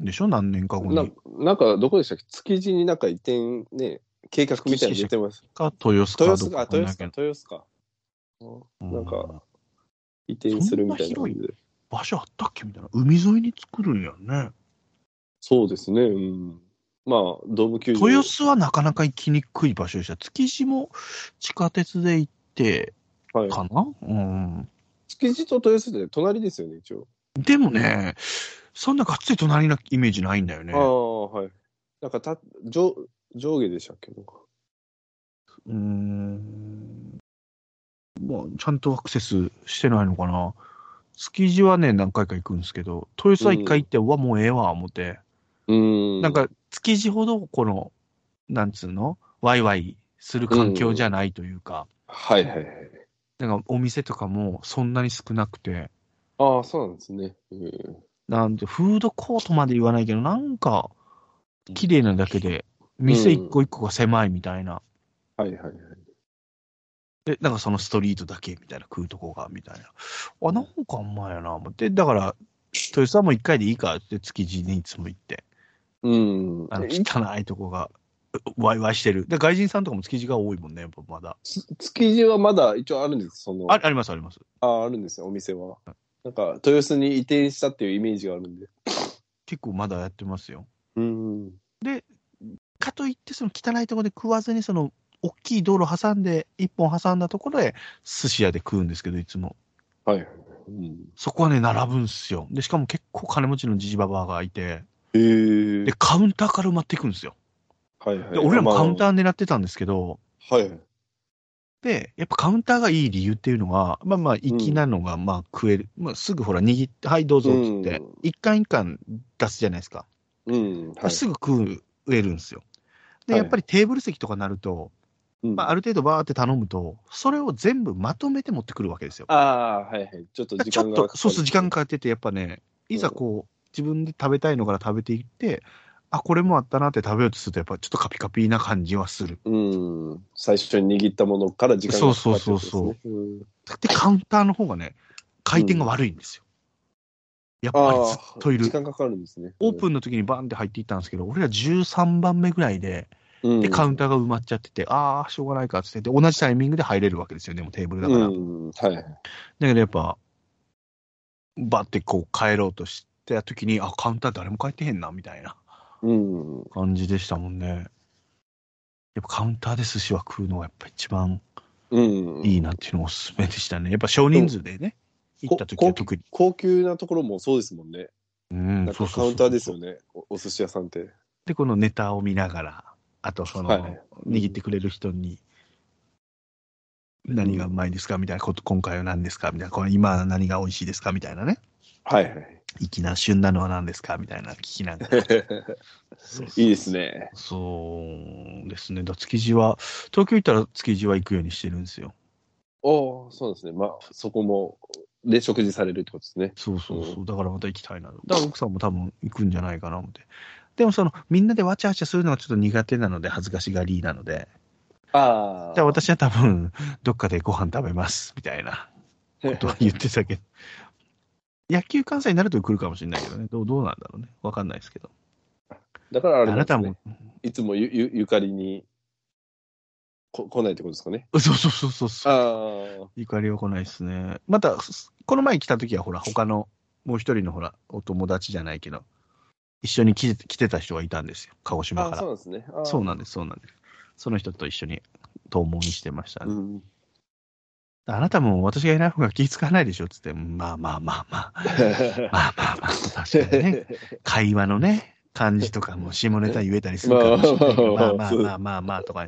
でしょ何年か後なに。なんかどこでしたっけ築地になんか移転ね、計画みたいに出てます。か、豊洲かど豊洲っか、かあかん豊ない洲か、けど豊洲か。うなんか移転するみたいな感じで。場所あったっけみたいな。海沿いに作るんやね。そうですね。うん。まあ、ドーム球場。豊洲はなかなか行きにくい場所でした。築地も地下鉄で行って、はい、かな、うん。築地と豊洲って隣ですよね、一応。でもね、そんながっつり隣なイメージないんだよね。ああ、はい。なんかた上、上下でしたっけなんかうーん。まあ、ちゃんとアクセスしてないのかな。築地はね、何回か行くんですけど、豊洲は一回行って、うわ、もうええわ、思って。うーん。なん、か、築地ほど、この、なんつうのワイワイする環境じゃないというか、はいはいはい。なんかお店とかもそんなに少なくて、ああ、そうなんですね。うん、なんて、フードコートまで言わないけど、なんか、綺麗なだけで、店一個一個が狭いみたいな。はいはいはい。で、なんかそのストリートだけみたいな、食うとこが、みたいな。あ、なんかあんまやな、思って。だから、豊洲はもう一回でいいかって、築地にいつも行って、うん。あの、え汚いとこが、ワイワイしてる。で、外人さんとかも築地が多いもんね、やっぱまだ。つ築地はまだ一応あるんですそのああります、あります。ああるんですよ、お店は。なんか、豊洲に移転したっていうイメージがあるんで。結構まだやってますよ。うん。かといって、その汚いとこで食わずに、その、大きい道路挟んで、一本挟んだところで、寿司屋で食うんですけど、いつも。はいはいはい。うん、そこはね、並ぶんすよ。で、しかも結構金持ちのジジババアがいて、ええで、カウンターから埋まっていくんですよ。はいはい。で、俺らもカウンー、ター狙ってたんですけど、はいはい。で、やっぱカウンターがいい理由っていうのは、まあまあ、粋なのが、まあ食える、まあ、すぐほら、握って、はい、どうぞって言ってうん、一貫一貫出すじゃないですか。うん。はい、すぐ食えるんですよ。で、はいやっぱりテーブル席とかなると、うんまあ、ある程度バーって頼むと、それを全部まとめて持ってくるわけですよ。ああ、はいはい。ちょっと時ちょっ間がかかると、そうそう、時間かかってて、やっぱね、いざこう、自分で食べたいのから食べていって、あ、これもあったなって食べようとすると、やっぱちょっとカピカピな感じはする。うん。最初に握ったものから時間がかかるってことですね。そうそううんで、カウンターの方がね、回転が悪いんですよ。やっぱりずっといる。時間かかるんですね。オープンの時にバンって入っていったんですけど、俺ら13番目ぐらいで、ンで、カウンターが埋まっちゃってて、ああ、しょうがないかっつって、で、同じタイミングで入れるわけですよね、もうテーブルだから。うん。はい。だけどやっぱ、バッてこう帰ろうとしてた時に、あ、カウンター誰も帰ってへんな、みたいなうん。感じでしたもんね。やっぱカウンターで寿司は食うのがやっぱ一番うん。いいなっていうのをおすすめでしたね。やっぱ少人数でね、行った時は特に。高級なところもそうですもんね。うんな、んかカウンターですよね。おお寿司屋さんって。で、このネタを見ながら、あとその、はい握ってくれる人に、何がうまいですかみたいなこと、今回は何ですかみたいな、これ今は何が美味しいですかみたいなね、はいはい。 粋な旬なのは何ですかみたいな聞きながら。そういいですね。そうですね。だから築地は、東京行ったら築地は行くようにしてるんですよ。おお、そうですね。まあ、そこも、で、食事されるってことですね。そうそうそう。だからまた行きたいな。だから奥さんも多分行くんじゃないかな思って。でもその、みんなでわちゃわちゃするのはちょっと苦手なので、恥ずかしがりなので、ああ。じゃあ私は多分、どっかでご飯食べます、みたいな。とは言ってた けど。野球観戦になると来るかもしれないけどね。どうどうなんだろうね。わかんないですけど。だからああれなんなですたねも。、いつもゆゆゆかりにこ来ないってことですかね。そうそうそうそうそう。ああ。ゆかりは来ないですね。また、すこの前来た時はほら、他の、もう一人のほら、お友達じゃないけど、一緒に来て来てた人がいたんですよ。鹿児島あかそうら。なんですね。そうなんでです、そうなんです。その人と一緒に、遠門にしてましたね。うん、あなたも私がいない方が気遣わないでしょっつって、まあまあまあまあ、まあまあまあ、確かにね。会話のね、感じとかも下ネタ言えたりするから、ままああままあまああまあまあとか、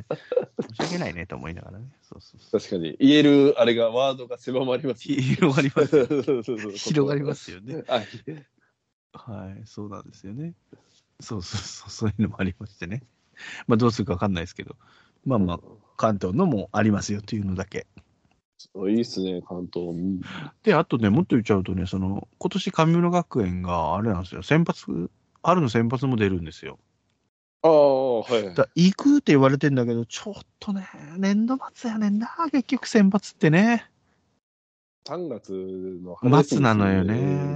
申し訳ないねと思いながらね。そうそうそう。 確かに。言えるあれが、ワードが狭まります。。広がりますよ。広がりますすよね。はい。はい、そうなんですよね。そうそうそう、そういうのもありましてね。まあどうするかわかんないですけど、まあまあ、関東のもありますよというのだけ。いいっすね、関東。うんで、あとね、もっと言っちゃうとね、その、今年神村学園があれなんですよ、先発、春の先発も出るんですよ。ああ、はい。だ行くって言われてんだけど、ちょっとね、年度末やねんな、結局選抜ってね、 3月の話末なのよね。。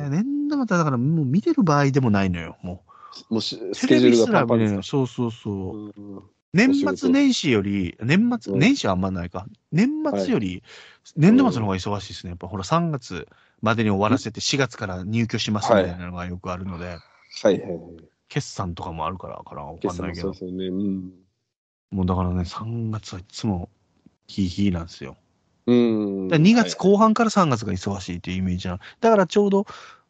年度末だから、もう見てる場合でもないのよ、ももうしう。ステケレジュビーすルがパらンパ見ンれですない。そかうそうそうう。ん年お仕末事年始より、年末、うん年始はあんまないか。年末より、年度末の方が忙しいですね。やっぱほら、3月までに終わらせて、4月から入居しますみたいなのがよくあるので、はいはいはい。決算とかもあるからかな、わか決んな算いもけそどうで。すよね。うん。もうだからね、3月はいつもヒーヒーなんですよ。うん。だから2月はい後半から3月が忙しいというイメージなの。だからちょうど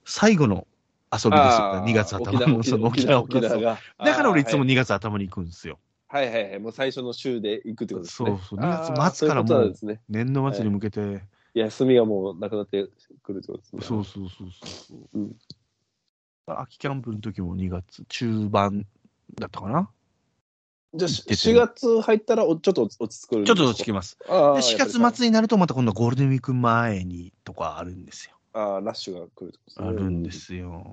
最後の遊びですよあーね。2月頭沖の 縄その沖沖縄縄沖沖縄縄が。だから俺いつもあー2月頭に行くんですよ。はいはいはいはい。もう最初の週で行くってことですね。そうそう2月あー末からもうそういうことなんですね。年度末に向けて。休みがもうなくなってくるってことですね。そうそうそうそう。うんだから秋キャンプの時も2月中盤だったかな。じゃあ行ってて4月入ったらおちょっと落ち着くんでちすょっかと落ち着きます。あでー4やっぱ月末になるとまた今度ゴールデンウィーク前にとかあるんですよ。りあーラッシュが来るってことあるんで。すよ。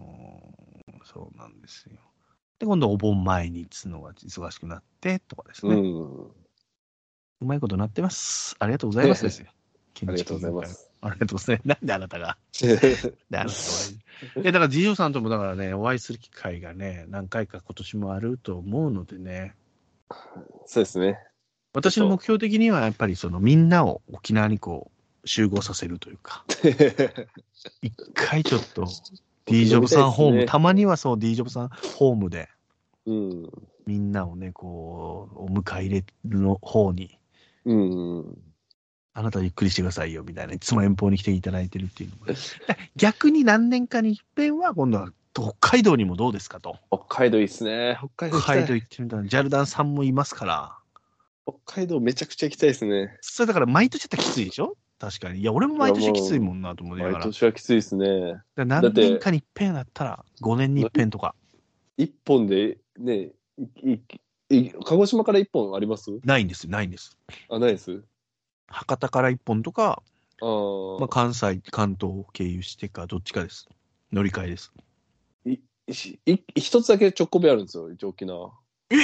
そうなんですよ。で、今度お盆前にっつうのが忙しくなってとかですう。ね。うんまいことなってます。ありがとうございますですよ。 ありがとうございま建築す。業界。ありがとうございます。なんであなたが。 で、あなたはいい。え、だから、次女さんとも、だからね、お会いする機会がね、何回か今年もあると思うのでね、そうですね。 私の目標的には、やっぱり、その、みんなを沖縄にこう、集合させるというか、一回ちょっと、D ジョブさん ホーム、たまにはそう、D ジョブさんホームで、うん。みんなをね、こう、お迎え入れるの方に、うん。あなたゆっくりしてくださいよ、みたいな、いつも遠方に来ていただいてるっていうのも ね、だから逆に何年かに一遍は、今度は北海道にもどうですかと。北海道いいっすね。北海道北行きたい海道行ってみたら、ジャルダンさんもいますから、北海道めちゃくちゃ行きたいですね。それだから毎年やったらきついでしょ確かに。いや、俺も毎年きついもんなと思いなが毎ら。だか年はきついですね。らだ何って年かに一遍だったら、5年に一遍とか、一本で、ね、いいい鹿児島から一本ありますないんですよ、ないんです。あ、ないです博多から一本とか、あー、まあ、関西、関東を経由してか、どっちかです。乗り換えです。いしい一つだけチョコビあるんですよ、一応沖縄。え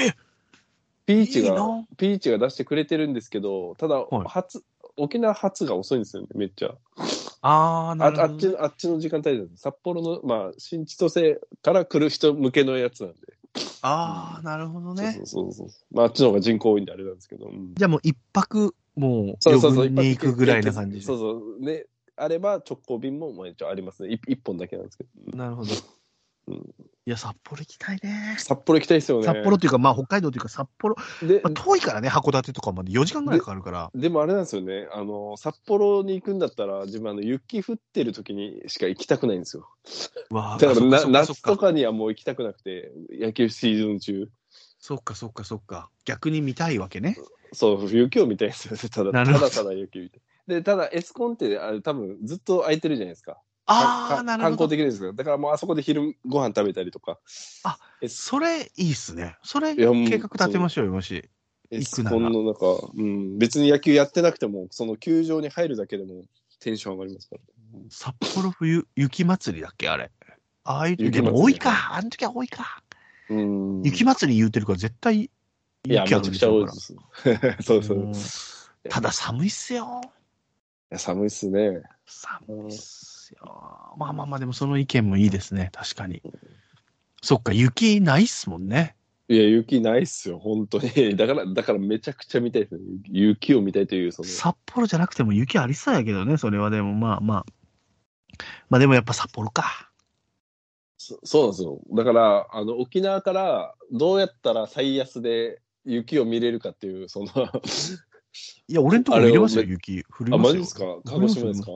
ピーチいいがなピーチが出してくれてるんですけど、ただ、はい初、沖縄発が遅いんですよね、めっちゃ。ああ、あなるあほっどね、ちのあっちの時間帯なんで、札幌の、まあ、新千歳から来る人向けのやつなんで、ああ、なるほどね。そうそうそうそう、まあ、あっちの方が人口多いんであれなんですけど、うんじゃあもう一泊、もう、そうそうそう、余分に行くぐらいな感じでそうそう、ね、あれば直行便もまあ一応ありますね、い一本だけなんですけど、なるほど。うんいや、札幌行きたいね。札幌行きたいですよね。札幌っていうか、まあ、北海道っていうか、札幌、でまあ、遠いからね、函館とかまで4時間ぐらいかかるから。でもあれなんですよね、あの札幌に行くんだったら、自分あの雪降ってる時にしか行きたくないんですよ。うわあだからそっなそっそっ夏とかにはもう行きたくなくて、野球シーズン中、そっかそっかそっか。逆に見たいわけね。そう、雪を見たいんですよね、ただなたるほどだただ雪見たい。で、ただエスコンってあれ多分ずっと空いてるじゃないですか。あかあ、な観るほど。光的ですから、だからもうあそこで昼ご飯食べたりとか、それいいっすね。それいやもう計画立てましょうよ、もし。エ行くスならコンの中、うん、別に野球やってなくても、その球場に入るだけでもテンション上がりますから。札幌冬雪祭りだっけあれ。ああいう時、雪で祭りも多いか。あの時は多いか。うん、雪祭り言うてるから絶対いや、雪あめるでちゃくしちゃょ多ういかでら。す。 そうそう。うんただ寒いっすよ。いや寒いっすね。寒いっすよ。まあまあまあ、でもその意見もいいですね。確かに。そっか、雪ないっすもんね。いや、雪ないっすよ、本当に。 だから、だからめちゃくちゃ見たいですね。雪を見たいという、その。札幌じゃなくても雪ありそうやけどね、それはでもまあまあ。まあでもやっぱ札幌か。そそうなんですよ。だから、あの、沖縄からどうやったら最安で雪を見れるかっていう、その、いや、俺んとこ見れますよ、あれ雪。降り あ、ますよ。マジですか鹿児島ですか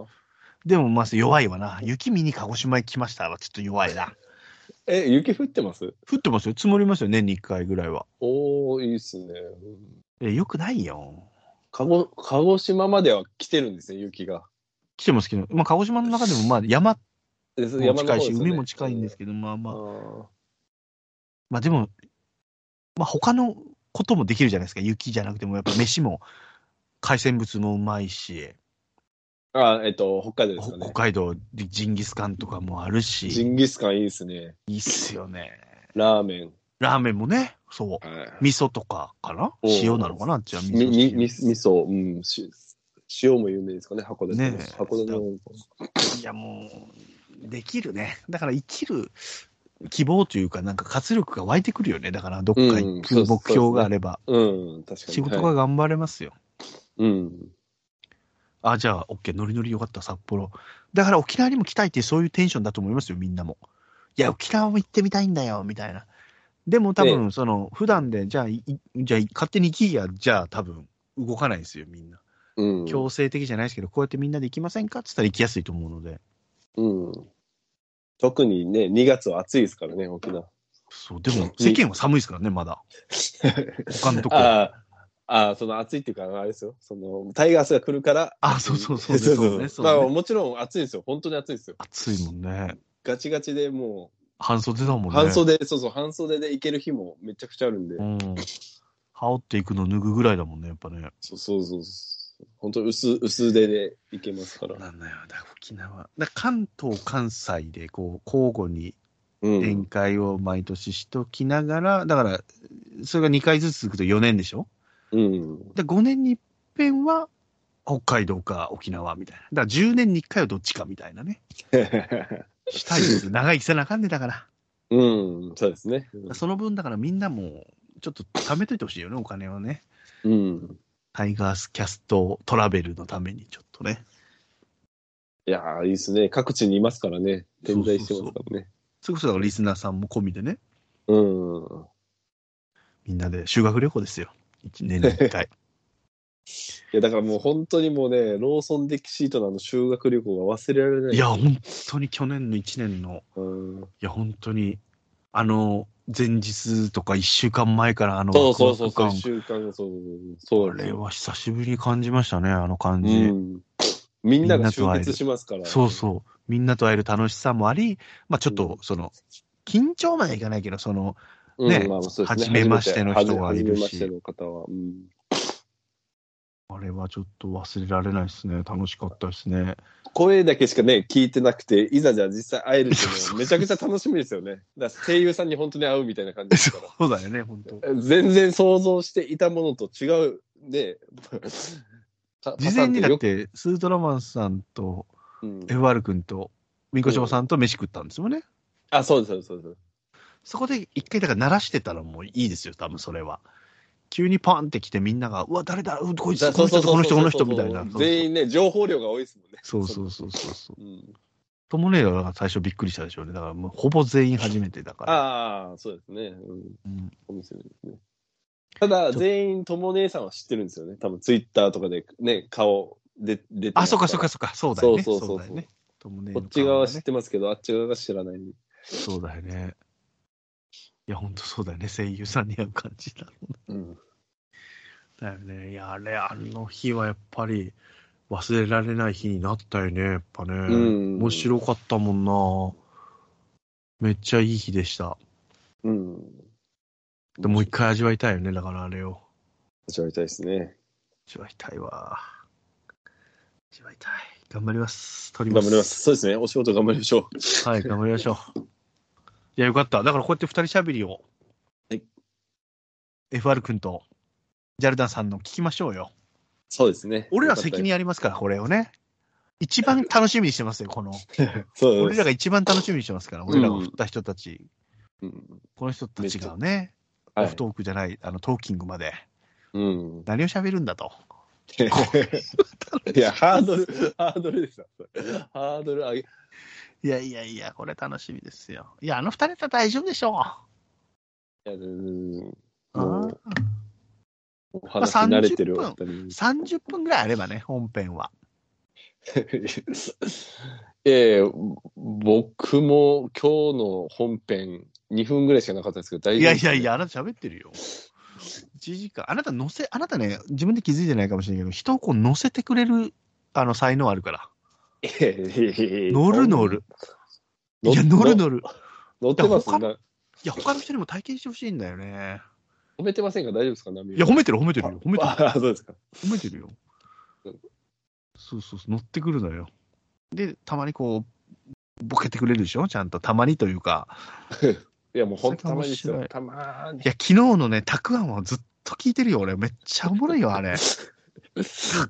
でもまず弱いわな。雪見に鹿児島へ来ましたはちょっと弱い な。え、雪降ってます降ってますよ。積もりますよ、年に1回ぐらいは。おー、いいっすね。え、よくないよ。鹿児鹿児島までは来てるんですね、雪が。来てますけど、まあ、鹿児島の中でもまあ山ですも近いし、海も近いんですすけど、まあまああ、ーまあでも、まあ他のこともできるじゃないですか。雪じゃなくても、やっぱ飯も、海鮮物もうまいし、あー、えっと、北海道ですほか北ね。海道でジンギスカンとかもあるジし、ンギスカンいいですね。いいっすよね。ラーメン。ラーメンもね、そう。はい。味噌とかかなおー塩なのかなあっちは味み、み、み、味噌。噌、うん、し塩も有名ですかね、函館。ねえ函館の。いやもう、できるね。だから生きる希望というか、なんか活力が湧いてくるよね。だからどっか行うくんそう目標があれば、うん、確かに。仕事がはい頑張れますよ。うん。あ、じゃあ、OK、ノリノリよかった、札幌。だから沖縄にも来たいってそういうテンションだと思いますよ、みんなも。いや、沖縄も行ってみたいんだよ、みたいな。でも多分、その、普段で、じゃあ、いじゃあ、勝手に行きや、じゃあ、多分、動かないですよ、みんな。うん。強制的じゃないですけど、こうやってみんなで行きませんかって言ったら行きやすいと思うので。うん。特にね、2月は暑いですからね、沖縄。そう、でも、世間は寒いですからね、まだ。他のところ。 ああ、ああ、その暑いっていうか、あれですよ。その、タイガースが来るから。あそうそうそうそうそうそねうそそうう。ねまあ、もちろん暑いですよ。本当に暑いですよ。暑いもんね。ガチガチでも半袖だもんう、ね。半袖、そうそう、半袖で行ける日もめちゃくちゃあるんでう。ん。羽織っていくの脱ぐぐらいだもんね、やっぱね。そうそうそうそう。本当薄、薄手で行けますから。なんだよ、だから沖縄。だから関東、関西でこう交互にうん。展開を毎年しときながら、だから、それが2回ずつ続くと4年でしょうん。で、5年に一遍は北海道か沖縄みたいな。だから10年に1回はどっちかみたいなね。したいです。長生きせなあかんねだから。うん、そうですね。その分だからみんなも、ちょっと貯めといてほしいよね、お金をね。うん。タイガースキャストトラベルのためにちょっとね。いやー、いいですね。各地にいますからね。点在してますからね。それこそだからリスナーさんも込みでね、うん。みんなで修学旅行ですよ。1年に1回。いや、だからもう本当にもうね、ローソンデキシートのあの修学旅行が忘れられない。いや、本当に去年の1年の、うん。いや、本当に、あの、前日とか1週間前からあのそうそうそうワクそう、ワ1ク感週間後、そうそう。そうあなんでれすよは久しぶりに感じましたね、あの感うじ。ん。みんなみんながと集会える結しますから。そうそう。みんなと会える楽しさもあり、まあちょっと、その、緊張まではいかないけど、その、うん。ねまあそうですね。初めましての人がいるし初めて初めましての方は。うん。あれはちょっと忘れられないですね。楽しかったです ね。声だけしかね、聞いてなくて、いざじゃあ実際会えるっていうそうそうのそはうめちゃくちゃ楽しみですよね。だから声優さんに本当に会うみたいな感じですから。そうだよね、本当。全然想像していたものと違うね。か事前にだっパサンて、スートラマンさんととよくうん FR 君と、ミコショウさんと飯食ったんですもんね。あ、そうです、そうですそうです。そこで一回、だから鳴らしてたらもういいですよ、多分それは。急にパンって来てみんなが、うわ、誰だ、うんこいつ、この人、この人、この人、みたいな。全員ね、情報量が多いですもんね。そうそうそうそうそう。うんトモネイが最初びっくりしたでしょうね。だからもうほぼ全員初めてだから。ああ、そうですね。うんうんお店ですね。ただ、全員、とも姉さんは知ってるんですよね。多分ツイッターとかでね、顔で出てあ、そっうかそっかそっか。そうだよね。そそううそうそうそだうよね。トモネイこのっち側は顔が知ねってますけど、あっち側が知らない。そうだよね。いや、ほんとそうだよね。声優さんに会う感じだろううん。な。だよね。いや、あれ、あの日はやっぱり忘れられない日になったよね。やっぱね。ん面白かったもんな。めっちゃいい日でした。うん。でもう一回味わいたいよね。だからあれを。味わいたいですね。味わいたいわ。味わいたい。頑張ります。撮りま頑す。張ります。 そうですね。お仕事頑張りましょう。はい、頑張りましょう。いや、よかった。だからこうやって二人しゃべりを、はい、 FR 君とジャルダンさんの聞きましょうよ。そうですね。俺ら責任ありますから、これをね。一番楽しみにしてますよ、この。そう俺ですらが一番楽しみにしてますから、俺らが振った人たち、うんこの人たちがね、はオいフ。トークじゃない、あのトーキングまで、うん。何を喋るんだと。いや、ハードル、ハードルですよ。ハードル上げ、いやいやいや、これ楽しみですよ。いや、あの二人だったら大丈夫でしょう。いやうんあーもうお話に慣れてるお二人30分ぐらいあればね、本編は。 ええ僕も今日の本編2分ぐらいしかなかったですけど、大い丈夫やでいすかやいや、あなた喋ってるよ。1時間。あなた乗せ、あなたね、自分で気づいてないかもしれないけど、人をこう乗せてくれる、あの、才能あるから。いやいやいやいや乗る乗る。乗いっや、乗る乗る。乗ってますいや他ないや、他の人にも体験してほしいんだよね。褒めてませんか大丈夫ですか波いや、褒めてる、褒めてるよ。褒めてる。ああ、そうですか。褒めてるよ。そうそうそう、乗ってくるのよ。で、たまにこう、ボケてくれるでしょちゃんと。たまにというか。いや、もう本当たまにです面白よ。いたまーにい。や、昨日のね、たくあんはずっと聞いてるよ、俺。めっちゃおもろいよ、あれ。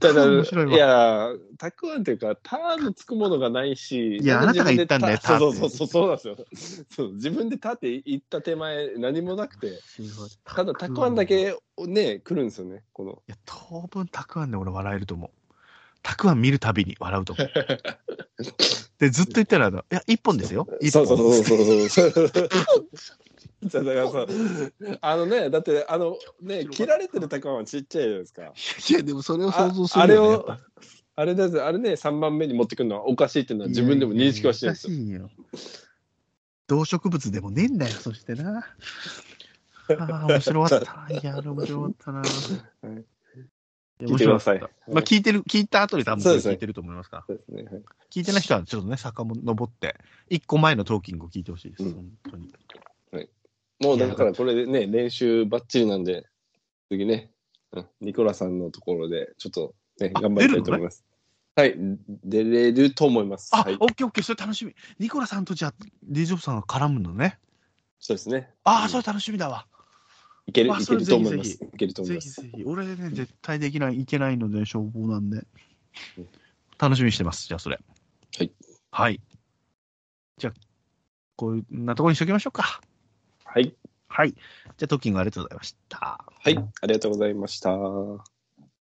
ただ、面白いわいや、たくあんっていうか、たーのつくものがないし、いやあなたが言ったんだよ自分たでそーうそうそう、そうなんですよ。そう自分でたって言った手前、何もなくて、ただ、たくあんだいけね、来るんですよね、この。や、当分たくあんで俺笑えると思う。たくあん見るたびに笑うと思 う。で、ずっと言ったら、あのいや、一本ですよ。一そ本うそうそうそうそうそう。だからさ、あのね、だって、あのね、切られてるたくあんはちっちゃいじゃないですか。 いや、でもそれを想あ像すあるれよ、ね。やっをぱ、あれです、あれね、3番目に持ってくるのはおかしいっていうのは自分でも認識はしてるんですよ。いやいやいやおかしいよ。動植物でもねえん だよ、そしてな。ああ、面白かった。いや、あれ面白かったな。いいや聞いてください面白かったまあ、聞いてる、聞いた後に多分これ聞いてると思いますから。そうですね。はい聞いてない人はちょっとね、坂も登って、一個前のトーキングを聞いてほしいです、うん本当に。もうだからこれでね、練習ばっちりなんで、次ね、うんニコラさんのところで、ちょっとね、あ頑張りたいと思います。はい、出れると思います。あ、はい、オッケーオッケー、それ楽しみ。ニコラさんとじゃあ、ディジョブさんが絡むのね。そうですね。あうあ、んそれ楽しみだわ。いける、あいそけれると思います。ぜひぜいけると思いぜまひす。ぜひ。俺ね、絶対できない、いけないので、消防なんでうん。楽しみにしてます、じゃあ、それ。はい。はい。じゃあ、こんなところにしときましょうか。はい、はい。じゃあ、トーキングありがとうございました。はい、ありがとうございました。